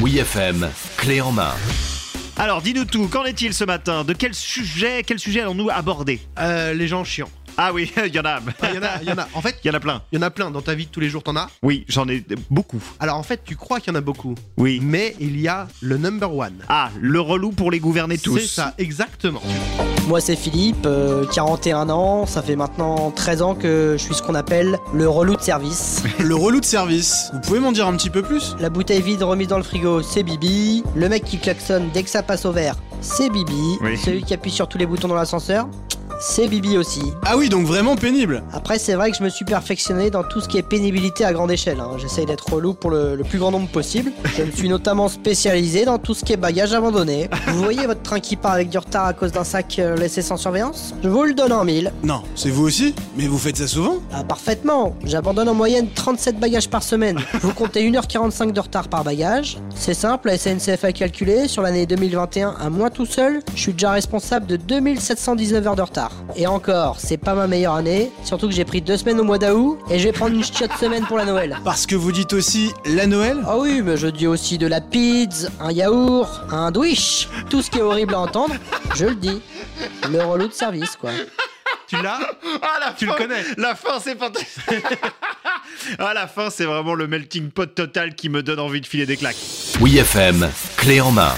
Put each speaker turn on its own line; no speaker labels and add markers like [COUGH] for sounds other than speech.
Oui FM, clé en main.
Alors, dis-nous tout, qu'en est-il ce matin De quel sujet, quel sujet allons-nous aborder
Euh, les gens chiants.
Ah oui, [LAUGHS] il y en a.
Ah, Il y en a, il y en a. En fait,
Il y en a plein.
il y en a plein dans ta vie de tous les jours, t'en as.
Oui, j'en ai beaucoup.
Alors en fait, tu crois qu'il y en a beaucoup,
Oui.
mais il y a le number one.
Ah, le relou pour les gouverner tous.
C'est ça, exactement.
Moi c'est Philippe, euh, 41 ans, ça fait maintenant 13 ans que je suis ce qu'on appelle le relou de service.
Le relou de service, vous pouvez m'en dire un petit peu plus
La bouteille vide remise dans le frigo, c'est Bibi. Le mec qui klaxonne dès que ça passe au vert, c'est Bibi.
Oui.
Celui qui appuie sur tous les boutons dans l'ascenseur, c'est Bibi aussi.
Ah oui, donc vraiment pénible
Après c'est vrai que je me suis perfectionné dans tout ce qui est pénibilité à grande échelle. hein. J'essaye d'être relou pour le, le plus grand nombre possible. Je me suis notamment spécialisé dans tout ce qui est bagage abandonné. Vous voyez votre train qui part avec du retard à cause d'un sac euh, laissé sans surveillance Je vous le donne en mille.
Non, c'est vous aussi Mais vous faites ça souvent
Ah, parfaitement. J'abandonne en moyenne 37 bagages par semaine. Vous comptez 1h45 de retard par bagage. C'est simple, la SNCF a calculé, sur l'année 2021, à moi tout seul, je suis déjà responsable de 2719 heures de retard. Et encore, c'est pas ma meilleure année, surtout que j'ai pris deux semaines au mois d'août, et je vais prendre une chiotte semaine pour la Noël.
Parce que vous dites aussi la Noël
Ah oui, mais je dis aussi de la pizza, un yaourt, un douiche, tout ce qui est horrible à entendre, je le dis. Le relou de service, quoi.
Tu l'as
Ah, la
Tu le
fin,
connais.
La fin, c'est fantastique. [LAUGHS] ah, la fin, c'est vraiment le melting pot total qui me donne envie de filer des claques.
Oui FM, clé en main.